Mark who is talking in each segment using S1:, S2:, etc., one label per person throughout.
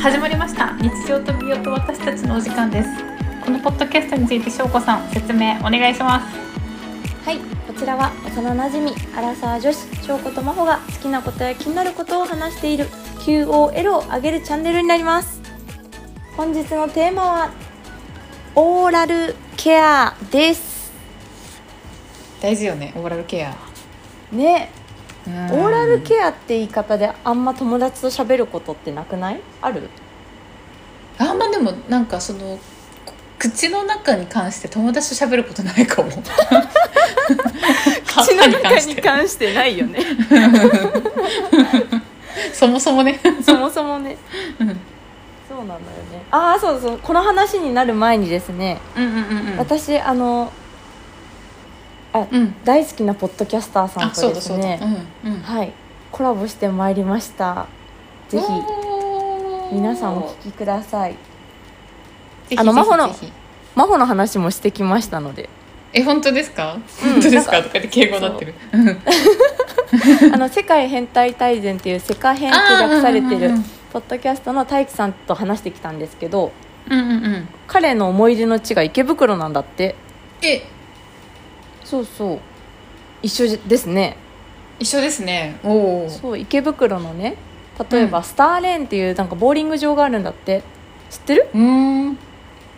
S1: 始まりました日常と美容と私たちのお時間ですこのポッドキャストについてしょうこさん説明お願いします
S2: はい、こちらは幼なじみアラサー女子翔子と真帆が好きなことや気になることを話している QOL を上げるチャンネルになります本日のテーマはオーラルケアです
S1: 大事よねオーラルケア
S2: ね、
S1: オ
S2: オー
S1: ー
S2: ラルケアって言い方であんま友達と喋ることってなくないある
S1: アあんまでもなんかそのこ口の中に関して友達と喋ることない かも口
S2: 関してないよね
S1: そもそもね
S2: そもそもねそうなんだよねああそうそうこの話になる前にですね、
S1: うんうんうんうん
S2: 私あの
S1: うん
S2: 大好きなポッドキャスターさん
S1: あそ
S2: と
S1: う
S2: で
S1: だ
S2: す
S1: そうだう
S2: ね
S1: んうん
S2: はいコラボしてまいりましたぜひ
S1: おー
S2: 皆さんお聞きください
S1: ぜひ
S2: あの
S1: ぜひ
S2: 真帆の
S1: ぜひ
S2: 真帆の話もしてきましたので
S1: え本当ですか、
S2: うん
S1: 本当ですか
S2: なん
S1: とかって敬語になってるうん
S2: あの世界変態大全っていう世界変って略されてるポッドキャストの大樹さんと話してきたんですけど
S1: うんうんうん
S2: 彼の思い出の地が池袋なんだって
S1: え
S2: そうそう一緒じですね
S1: 一緒ですねおお
S2: そう池袋のね例えばスターレーンっていうなんかボーリング場があるんだって知ってる
S1: うん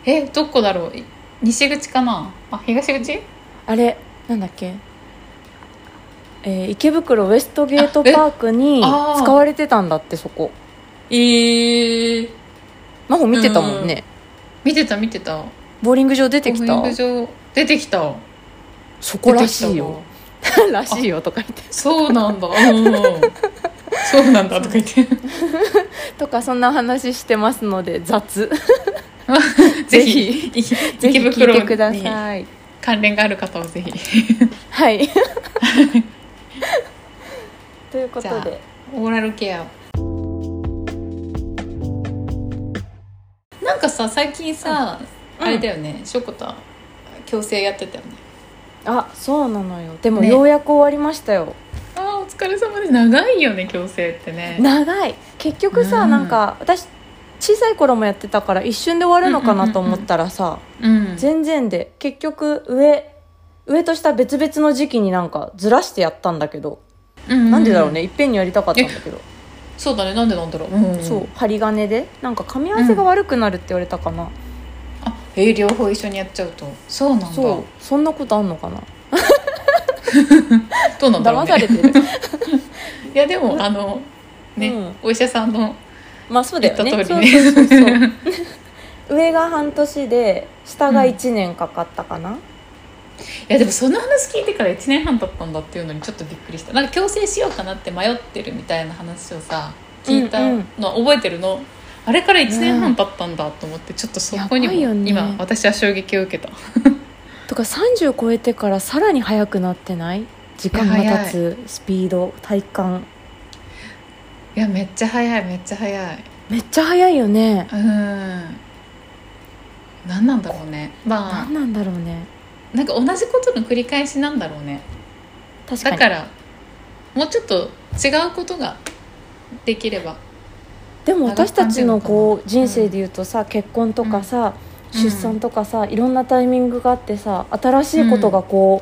S1: えどこだろうい西口かなあ東口
S2: あれなんだっけ、えー池袋ウエストゲートパークに
S1: あえあー
S2: 使われてたんだってそこ
S1: ええ
S2: 真帆見てたもんね、
S1: 見てた見てた
S2: ボーリング場出てき
S1: ボ
S2: た
S1: ウリング場出てきた
S2: そこ
S1: 出てきた
S2: らしいよ らしいよとか言って
S1: そうなんだうんそうなんだとか言って
S2: とかそんな話してますので雑
S1: ぜひ
S2: ぜひ
S1: 池
S2: 聞
S1: 袋
S2: いて
S1: に
S2: ください
S1: 関連がある方はぜひ
S2: はい ということ
S1: じゃ
S2: で
S1: オーラルケアなんかさ最近さ、
S2: うん
S1: あれだよねしょこた矯正やってたよね
S2: あそうなのよでも
S1: ね
S2: ようやく終わりましたよ、
S1: あーお疲れ様です長いよね矯正ってね
S2: 長い結局さ、
S1: うん
S2: なんか私小さい頃もやってたから一瞬で終わるのかなと思ったらさ、
S1: うん
S2: 全然で結局上上と下別々の時期になんかずらしてやったんだけど、なんでだろうねいっぺんにやりたかったんだけど、
S1: そうだねなんでなんだろう、うん
S2: そう針金でなんか噛み合わせが悪くなるって言われたかな、
S1: あえー両方一緒にやっちゃうとそうなんだ
S2: そうそんなことあんのかな
S1: どうなんだろう
S2: 騙さ
S1: ね
S2: れてる
S1: いやでもあのね、
S2: うん
S1: お医者さんの
S2: まあそうだよね
S1: 言った通
S2: そ
S1: り
S2: う
S1: ね
S2: そうそうそう 上が半年で下が1年かかったかな、
S1: いやでもその話聞いてから1年半経ったんだっていうのにちょっとびっくりしたなんか矯正しようかなって迷ってるみたいな話をさ聞いた
S2: うん
S1: の覚えてるの、あれから1年半経ったんだと思ってちょっとそこにも
S2: やばいよね
S1: 今私は衝撃を受けた
S2: とか30超えてからさらに速くなってない時間が
S1: いや
S2: 経つスピード体感
S1: いやめっちゃ早いめっちゃ早い
S2: めっちゃ速いよね
S1: うん何なんだろうねまあ
S2: 何なんだろうね
S1: なんか同じことの繰り返しなんだろうね
S2: 確か
S1: だ
S2: に
S1: からもうちょっと違うことができれば
S2: でも私たちのこう
S1: 長く感じるのかな
S2: 人生でいうとさ、結婚とかさ、
S1: うん
S2: 出産とかさいろんなタイミングがあってさ新しいことがこ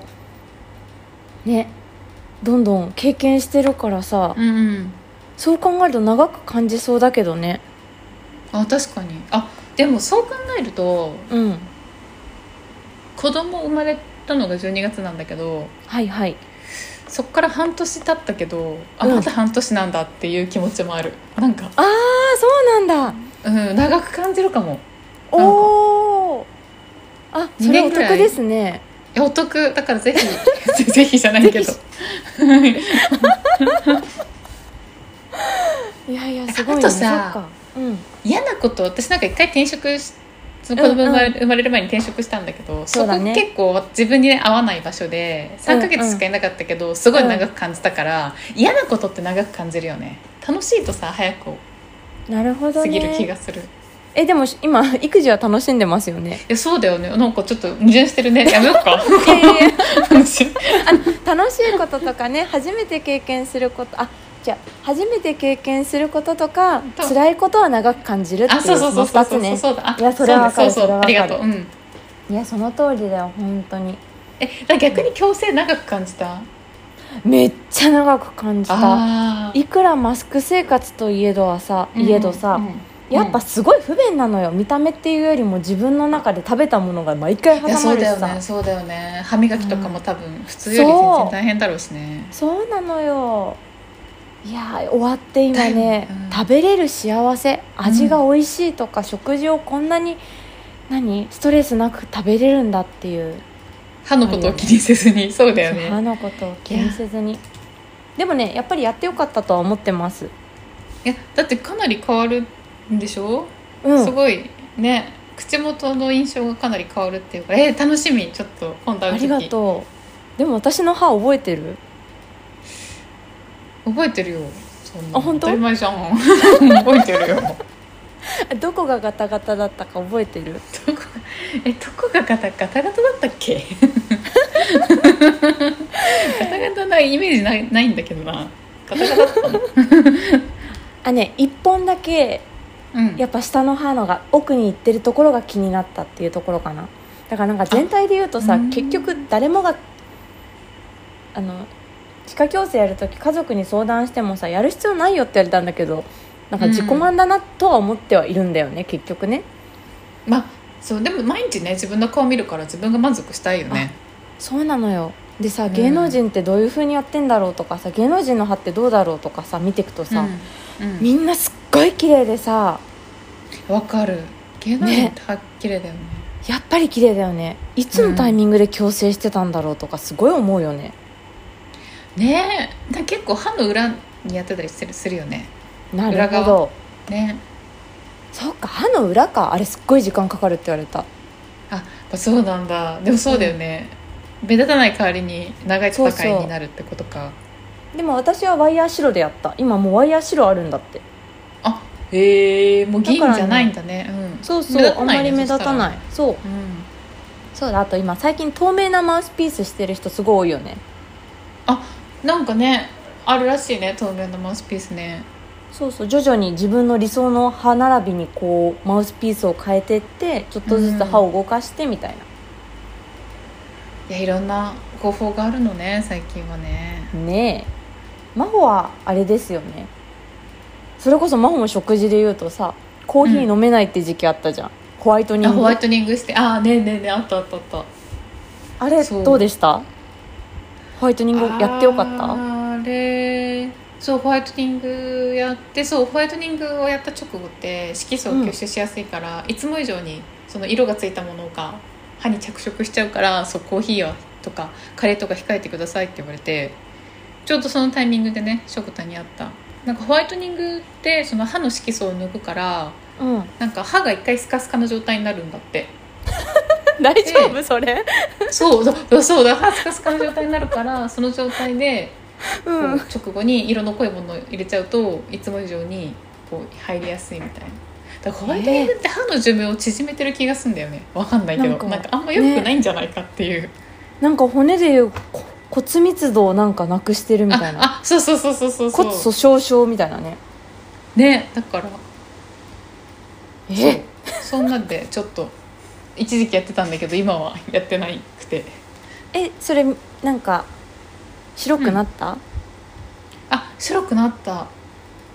S2: う、ねどんどん経験してるからさ、
S1: うん
S2: そう考えると長く感じそうだけどね
S1: あ確かにあでもそう考えると
S2: うん
S1: 子供生まれたのが12月なんだけど
S2: はいはい
S1: そっから半年経ったけどあ
S2: うん
S1: また半年なんだっていう気持ちもあるなんか、
S2: ああそうなんだ
S1: うん、長く感じるかもなんか
S2: おおあそれお
S1: 二年
S2: 得
S1: くらい
S2: ですね
S1: いやお得だからぜひ ぜひじゃないけど
S2: ぜいやいやすごいね
S1: あとさ
S2: そっかうん
S1: 嫌なこと私なんか一回転職しその子供生まれ,、
S2: うん
S1: 生まれる前に転職したんだけど
S2: そ
S1: そう
S2: だね
S1: こ結構自分に、ね、合わない場所で3ヶ月しかいなかったけど、すごい長く感じたから、嫌なことって長く感じるよね楽しいとさ早く
S2: なるほど
S1: 過ぎる気
S2: ね
S1: がする、
S2: えでも今育児は楽しんでますよね
S1: いやそうだよねなんかちょっと矛盾してる ねやめようか
S2: いやいや
S1: 話
S2: 楽しいこととかね初めて経験することあじゃあ初めて経験することとか
S1: と
S2: 辛いことは長く感じるって
S1: あ、
S2: いう
S1: そうそうそうそう
S2: そ
S1: そう
S2: の二つね
S1: そうだ。あ
S2: いやそれはわかる
S1: そうねそうそう
S2: そ
S1: あ
S2: れ
S1: り
S2: はわ
S1: が
S2: かる
S1: とう。うん。
S2: いやその通りだよ本当に
S1: え、だから逆に強制長く感じた。
S2: めっちゃ長く感じた
S1: ああ。
S2: いくらマスク生活といえどはさいえどさ、
S1: うんうん
S2: やっぱすごい不便なのよ見た目っていうよりも自分の中で食べたものが毎回挟
S1: いやそ
S2: ま
S1: う
S2: るし
S1: だよ
S2: さ
S1: ねそうだよね歯磨きとかも多分普通より全然大変だろうしね
S2: そうなのよいやー終わって今ね、
S1: うん
S2: 食べれる幸せ味が美味しいとか、食事をこんなに何ストレスなく食べれるんだっていう
S1: 歯のことを気にせずにそうだよね
S2: 歯のことを気にせずにでもねやっぱりやってよかったとは思ってます
S1: いやだってかなり変わるんでしょ、
S2: う
S1: す
S2: ん
S1: ごいね口元の印象がかなり変わるっていうからえー楽しみちょっと今度
S2: あ
S1: 会う
S2: りが
S1: 時
S2: とうでも私の歯覚えてる
S1: 覚えてるよそんな
S2: あ本
S1: 当
S2: 当
S1: たり前じゃん 覚えてるよどこ
S2: どこがガタガタだったか覚えてる
S1: がえどこがガタガタガタだったっ けガタガタなイメージないないんだけどなガタガタだったの
S2: あね一本だけ
S1: うん
S2: やっぱ下の歯のが奥に行ってるところが気になったっていうところかなだからなんか全体で言うと
S1: あ
S2: さ
S1: うん
S2: 結局誰もがあの歯科矯正やるとき家族に相談してもさやる必要ないよって言われたんだけどなんか自己満だなとは思ってはいるんだよね、結局ね
S1: まあそうでも毎日ね自分の顔見るから自分が満足したいよね
S2: そうなのよでさ
S1: ん
S2: 芸能人ってどういう風にやってんだろうとかさ芸能人の歯ってどうだろうとかさ見ていくとさ、
S1: うんうん
S2: みんなすっごい綺麗でさ
S1: わ、かる芸能人ってはっきりだよね
S2: やっぱり綺麗だよねいつのタイミングで矯正してたんだろうとかすごい思うよね、
S1: ねえだ結構歯の裏にやってたりするするよね
S2: なる
S1: 裏
S2: ほ
S1: 側
S2: ど
S1: ね
S2: そうか歯の裏かあれすっごい時間かかるって言われた
S1: あやっぱそうなんだでもそうだよね、目立たない代わりに長い
S2: そう
S1: 戦
S2: そう
S1: いになるってことか
S2: でも私はワイヤー白でやった今もうワイヤー白あるんだって
S1: あへえもう銀じ
S2: だからね
S1: ゃないんだねうん
S2: そうそう、
S1: 目立
S2: あ
S1: た
S2: ん
S1: ない
S2: ま
S1: ね
S2: り目立たないそう
S1: そしたらうん
S2: そうだあと今最近透明なマウスピースしてる人すごい多いよね
S1: なんかねあるらしいね透明のマウスピースね
S2: そうそう徐々に自分の理想の歯並びにこうマウスピースを変えてってちょっとずつ歯を動かしてみたい
S1: いやいろんな方法があるのね最近はね
S2: な、ねえ真帆はあれですよねそれこそ真帆も食事で言うとさコーヒー飲めないって時期あったじゃん、ホワイトニン
S1: あ
S2: グ
S1: ホワイトニングしてあーねえねえねえあったあったあった
S2: あれ
S1: そう
S2: どうでしたホワイトニングやってよかった
S1: あれそうホワイトニングやってそうホワイトニングをやった直後って色素を吸収しやすいから、いつも以上にその色がついたものが歯に着色しちゃうからそうコーヒーはとかカレーとか控えてくださいって言われてちょうどそのタイミングでねしょこたんにあったなんかホワイトニングってその歯の色素を抜くから
S2: うん
S1: なんか歯が一回スカスカの状態になるんだって
S2: 大丈夫それ
S1: そうそうそうだ歯スカスカの状態になるからその状態で
S2: う
S1: こうん直後に色の濃いものを入れちゃうといつも以上にこう入りやすいみたいなだからホワイトニングって歯の寿命を縮めてる気がすんだよねわかんないけど
S2: な
S1: なんん
S2: か
S1: かあんま良くないんじゃないかっていう、
S2: なんか骨でいうこ骨密度をなんかなくしてるみたいな
S1: ああそうそうそうそう そう
S2: 骨粗しょう症みたいなね
S1: ねだから
S2: え
S1: そうそんなんでちょっと一時期やってたんだけど今はやってないくて
S2: えそれなんか白くなった、
S1: あ白くなった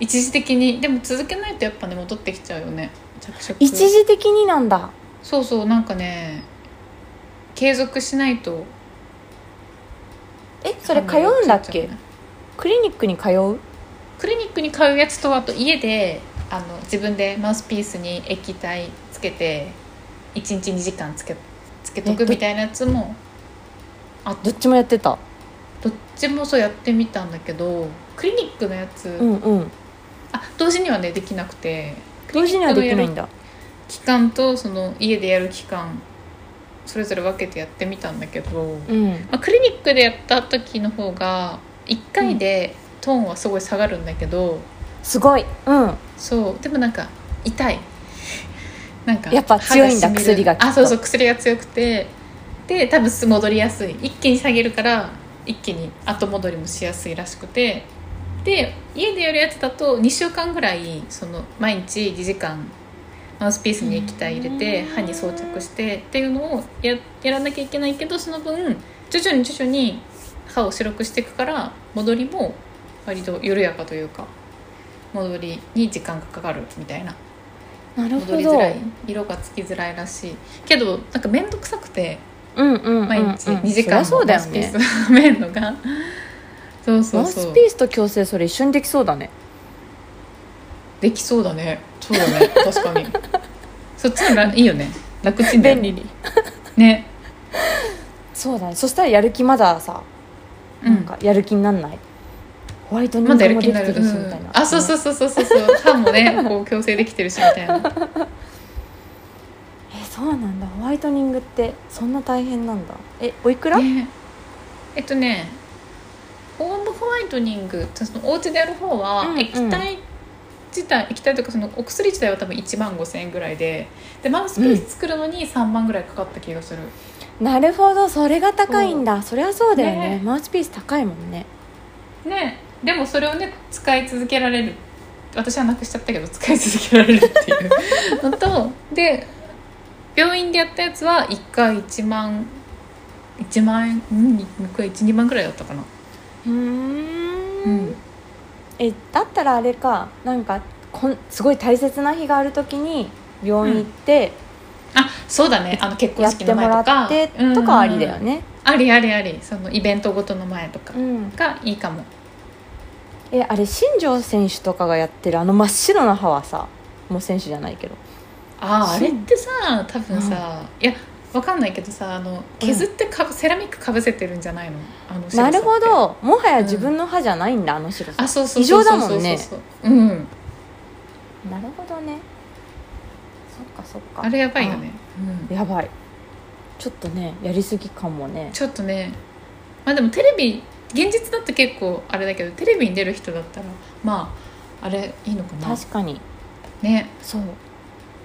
S1: 一時的にでも続けないとやっぱね戻ってきちゃうよね着色
S2: 一時的になんだ
S1: そうそうなんかね継続しないと
S2: えそれ通うんだっけクリニックに通う
S1: クリニックに通うやつとあと家であの自分でマウスピースに液体つけて1日2時間つけつけと
S2: え
S1: く
S2: ど
S1: みたいなやつもあど
S2: どっちもやってた
S1: どっちもそうやってみたんだけどクリニックのやつ、
S2: うんうん
S1: あ同時にはねできなくて
S2: 同時にはできないんだ
S1: 期間とその家でやる期間それぞれ分けてやってみたんだけど、
S2: うん
S1: まあ、クリニックでやった時の方が1回でトーンはすごい下がるんだけど、
S2: すごいうん
S1: そうでもなんか痛いなんか
S2: やっぱ強いんだ
S1: 歯染みる
S2: 薬がきっと
S1: あそうそう薬が強くてで多分す戻りやすい一気に下げるから一気に後戻りもしやすいらしくてで家でやるやつだと2週間ぐらいその毎日2時間マウスピースに液体入れて
S2: うん
S1: 歯に装着してっていうのをややらなきゃいけないけどその分徐々に徐々に歯を白くしていくから戻りも割と緩やかというか戻りに時間がかかるみたいな
S2: なる
S1: 戻
S2: ほ
S1: りづ
S2: ど
S1: らい色がつきづらいらしいけどなんか面倒くさくて
S2: うんうん
S1: 毎日2時
S2: そり
S1: 間
S2: ゃそうだよね
S1: マウスピースを 埋めるのがそうそ
S2: マ
S1: う
S2: ウ
S1: そ
S2: ス
S1: う
S2: ピースと矯正それ一緒にできそうだね
S1: できそうだねそうだ ね確かにそっちのがいいよね楽ちんだよ
S2: 便
S1: ね
S2: 利に
S1: ね
S2: そうだねそしたらやる気まださ、
S1: うん
S2: なんかやる気になんないホワイトニン
S1: ま
S2: グ
S1: だやる
S2: も
S1: 気
S2: でき
S1: にな
S2: て
S1: る、
S2: るし
S1: うん
S2: みたいな、
S1: あそうそうそうそうそうそう歯もねこう矯正できてるしみたい な
S2: えそうなんだホワイトニングってそんな大変なんだえおいくら、
S1: ねえっとねオーブホワイトニングそのお家でやる方は
S2: うんうん
S1: 液体自体、液体というかそのお薬自体は多分1万5000円ぐらいででマウスピース作るのに3万ぐらいかかった気がする、
S2: なるほどそれが高いんだそりゃそうだよね
S1: ね
S2: マウスピース高いもんね
S1: ねでもそれをね使い続けられる私はなくしちゃったけど使い続けられるっていうのとで病院でやったやつは1回1万1万円うん1回12万ぐらいだったかな、
S2: うーん
S1: うん、
S2: えだったらあれかなんかこんすごい大切な日があるときに病院行って
S1: あそうだねあの結婚
S2: やっ
S1: 式
S2: て
S1: の
S2: も
S1: 前
S2: ら
S1: とか
S2: って
S1: うん
S2: とかありだよね、
S1: ありありありそのイベントごとの前とか
S2: うん、
S1: がいいかも
S2: えあれ新庄選手とかがやってるあの真っ白な歯はさもう選手じゃないけど
S1: あああ
S2: そう
S1: れってさ多分さ、いやわかんないけどさあの削ってかぶ、セラミックかぶせてるんじゃないのあの白さ
S2: な
S1: って
S2: るほどもはや自分の歯じゃないんだ、あの白さ
S1: あそうそうそうそうそうそう
S2: 異常だもんね
S1: うん
S2: なるほどねそっかそっか
S1: あれやばいよね、うん、
S2: やばいちょっとねやりすぎかもね
S1: ちょっとねまあでもテレビ現実だと結構あれだけどテレビに出る人だったらまああれいいのかな
S2: 確かに
S1: ね
S2: そう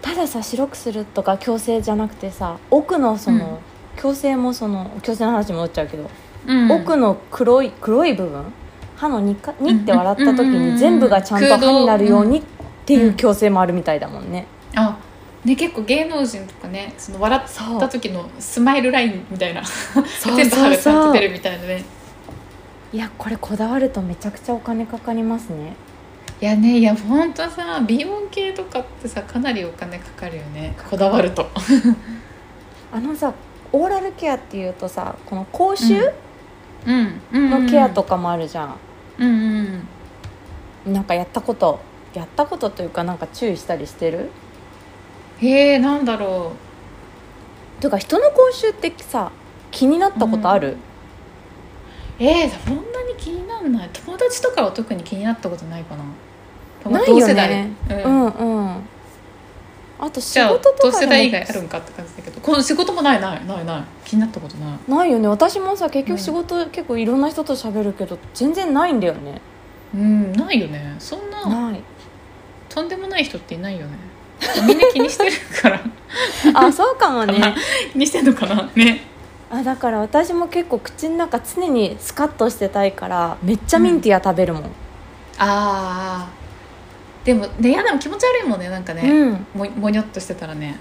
S2: たださ白くするとか矯正じゃなくてさ奥のその、矯正もその矯正の話に戻っちゃうけど、
S1: うん
S2: 奥の黒い黒い部分歯のにかにって
S1: うん
S2: 笑った時
S1: うんうんうんう
S2: に
S1: ん
S2: 全部がちゃんと
S1: 空
S2: 歯
S1: 洞
S2: になるようにっていううん矯正もあるみたいだもんね、
S1: あね結構芸能人とかねその笑っ
S2: そう
S1: た時のスマイルラインみたいな
S2: そう
S1: 全部
S2: そ
S1: が
S2: う
S1: ちゃん
S2: そ
S1: と
S2: う
S1: 出るみたいなね
S2: いやこれこだわるとめちゃくちゃお金かかりますね
S1: いやねいやほんとさ美容系とかってさかなりお金かかるよねこだわると
S2: あのさオーラルケアっていうとさこの口臭
S1: うん、うん、
S2: のケアとかもあるじゃん、
S1: うんうん
S2: なんかやったことやったことというかなんか注意したりしてる
S1: へえなんだろ
S2: というか人の口臭ってさ気になったことある、
S1: うえー、そんなに気になんない友達とかは特に気になったことないかな
S2: ないよね
S1: 同世代う、
S2: うんん、うんあと仕
S1: じゃあ
S2: 事
S1: 同
S2: とか
S1: 世
S2: で
S1: 代以
S2: も
S1: 外あるんかって感じだけどこの仕事もないないないない気になったことない
S2: ないよね私もさ結
S1: う
S2: 局
S1: ん
S2: 仕事、結構いろんな人と喋るけど全然ないんだよね、
S1: うんないよねそんな
S2: ない
S1: とんでもない人っていないよねみんな気にしてるから
S2: あそうかもね
S1: 気にしてんのかなね
S2: あだから私も結構口の中常にスカッとしてたいからめっちゃミンティア食べるもん、
S1: あーでもねいやでも気持ち悪いもんねなんかね、
S2: うん
S1: ももにょっとしてたらね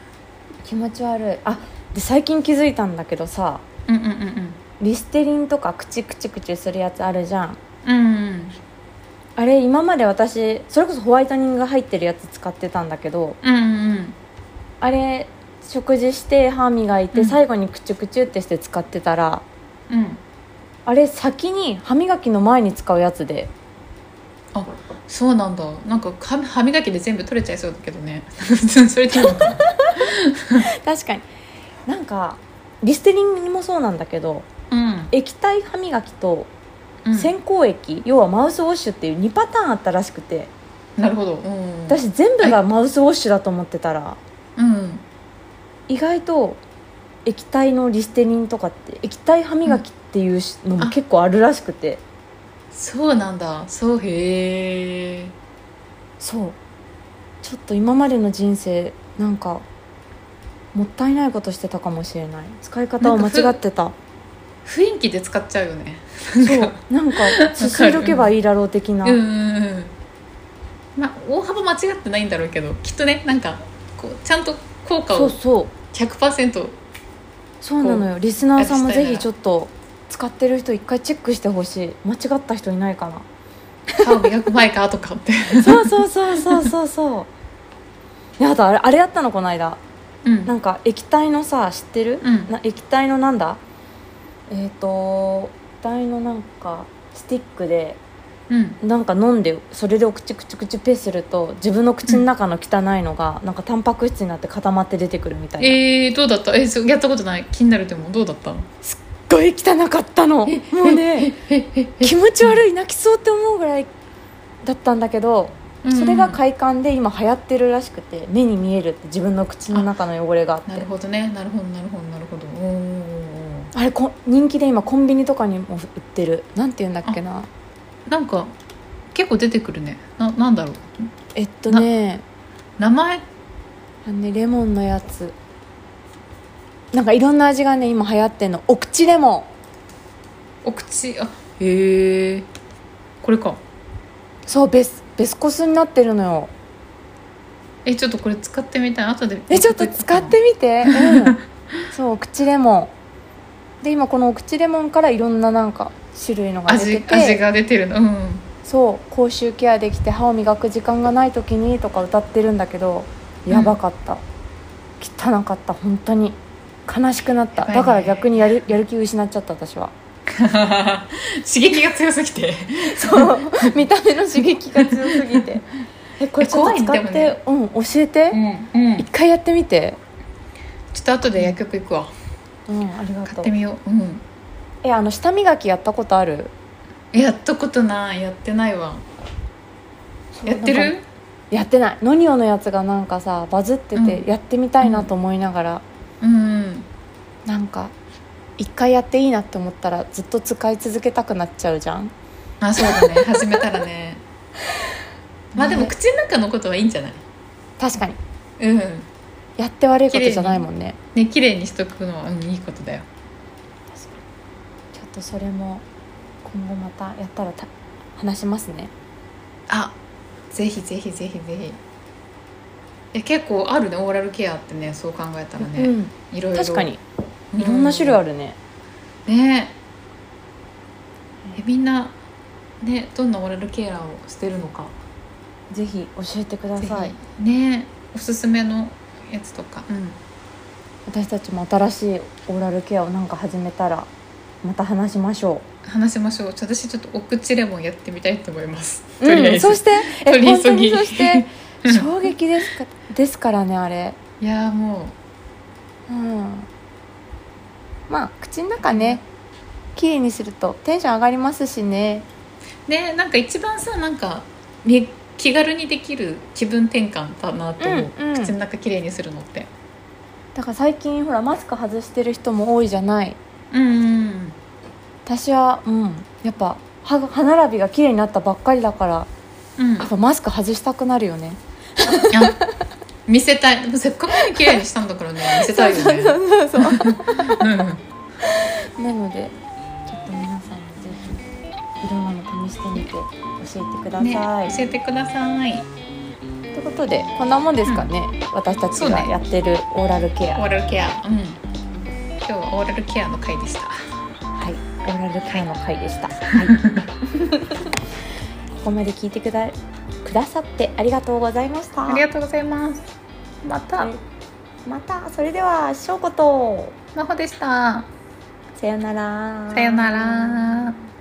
S2: 気持ち悪いあで最近気づいたんだけどさ
S1: うんうんうん
S2: リステリンとかクチクチクチするやつあるじゃん
S1: うんうん
S2: あれ今まで私それこそホワイトニングが入ってるやつ使ってたんだけど
S1: うんうん
S2: あれ食事して歯磨いて、
S1: うん
S2: 最後にクチュクチュってして使ってたら
S1: うん
S2: あれ先に歯磨きの前に使うやつで
S1: そうなんだなんか歯歯磨きで全部取れちゃいそうだけどね それでいいのかな
S2: 確かになんかリステリングもそうなんだけど
S1: うん
S2: 液体歯磨きと
S1: うん
S2: 洗口液、要はマウスウォッシュっていう2パターンあったらしくて
S1: なるほどうん
S2: 私全部がマウスウォッシュだと思ってたら
S1: うん
S2: 意外と液体のリステリンとかって液体歯磨きっていうしのも結構あるらしくて、
S1: そうなんだそうへえ
S2: そうちょっと今までの人生なんかもったいないことしてたかもしれない使い方を間違ってた
S1: 雰囲気で使っちゃうよね
S2: そうなんかすすいどけばいいだろう的な、
S1: うんうんうんまあ大幅間違ってないんだろうけどきっとねなんかこうちゃんと効果
S2: そう
S1: を
S2: そう
S1: 100%
S2: そうなのよリスナーさんもぜひちょっと使ってる人一回チェックしてほしい間違った人いないか な
S1: 歯を磨く前か後かって
S2: そうそうそうそうそうそういやあとあれあれやったのこの間
S1: うん
S2: なんか液体のさ知ってる、
S1: うん
S2: な液体のなんだえっ、と液体のなんかスティックで
S1: うん
S2: なんか飲んでそれでお口口口ペすると自分の口の中の汚いのが、なんかタンパク質になって固まって出てくるみたいな、
S1: えー、どうだったえそうやったことない気になるでもどうだった
S2: すっごい汚かったのもうね気持ち悪い泣きそうって思うぐらいだったんだけどそれが
S1: か
S2: 快感で今流行ってるらしくて目に見えるって自分の口の中の汚れがあって
S1: なるほどねなるほどなるほどなるほどおーおーお
S2: あれこ人気で今コンビニとかにも売ってるなんて言うんだっけな
S1: ーなんか結構出てくるねななんだろう
S2: えっとね
S1: 名前
S2: あのねレモンのやつなんかいろんな味がね今流行ってんのお口レモン
S1: お口あへえこれか
S2: そうベスベスコスになってるのよ
S1: えちょっとこれ使ってみたい後で
S2: えちょっと使って みて、うん、そうお口レモンで今このお口レモンからいろんななんか種類のが出て
S1: 味
S2: て
S1: 味が出てるのうん
S2: そう口臭ケアできて歯を磨く時間がない時にとか歌ってるんだけどやばかった、汚かった本当に悲しくなった、
S1: やばいね
S2: だから逆にやるやる気失っちゃった私は
S1: 刺激が強すぎて
S2: そう見た目の刺激が強す ぎてえこれちょっと使って、
S1: え怖いね
S2: うん教えて、
S1: うんうん
S2: 一回やってみて
S1: ちょっと後で薬局行くわ
S2: うんありが
S1: 買
S2: と
S1: っ
S2: う
S1: てみよううん
S2: えあの舌磨きやったことある
S1: えやったことないやってないわやって
S2: なんか
S1: る
S2: やってないノニオのやつがなんかさバズってて、
S1: うん
S2: やってみたいなと思いながら、
S1: うん
S2: なんか一回やっていいなって思ったらずっと使い続けたくなっちゃうじゃん
S1: あそうだね始めたら ねまあでも口の中のことはいいんじゃない
S2: 確かに
S1: うん
S2: やって悪いことじゃないもんね
S1: ね綺麗にしとくのは、うん、いいことだよ
S2: ちょっとそれも今後またやったらた話しますね
S1: あぜひぜひぜひぜひいや結構あるねオーラルケアってねそう考えたらね、
S2: うん、
S1: いろいろ
S2: 確かにいろんな種類あるね、
S1: るねえみんなねどんなオーラルケアをしてるのか
S2: ぜひ教えてくだ
S1: ぜ
S2: さい
S1: ひねおすすめのやつとか、うん、
S2: 私たちも新しいオーラルケアをなんか始めたらまた話しましょ
S1: 話しましょうちょ私ちょっとお口レモンやってみたいと思います
S2: ううんそして
S1: 取
S2: え
S1: り急ぎ
S2: 本当にそして
S1: うん
S2: 衝撃ですかですからねあれ
S1: いやーもう
S2: うんまあ口の中ね綺麗にするとテンション上がりますしね
S1: ねなんか一番さなんかみ気軽にできる気分転換だなと思う、
S2: うんうん
S1: 口の中きれいにするのって
S2: だから最近ほらマスク外してる人も多いじゃない
S1: うんうん
S2: 私はうんやっぱ歯が歯並びが綺麗になったばっかりだから
S1: うん
S2: やっぱマスク外したくなる よね
S1: あ見せたいせっかくね綺麗にしたんだからね見せたいよね
S2: そうそうそうそう
S1: うんうん
S2: なのでちょっと皆さんもぜひいろんなの試してみて教えてくだ
S1: ね
S2: さい、
S1: 教えてください
S2: ということでこんなもんですかね、私たち
S1: そう
S2: が
S1: ね
S2: やってるオーラルケア
S1: オーラルケアうん今日はオーラルケアの回でした
S2: はい、オーラルケアの回でした。はい、ここまで聞いてくだくださってありがとうございました。
S1: ありがとうございますまた
S2: またそれではしょうこと
S1: まほでした
S2: さよなら。
S1: さよなら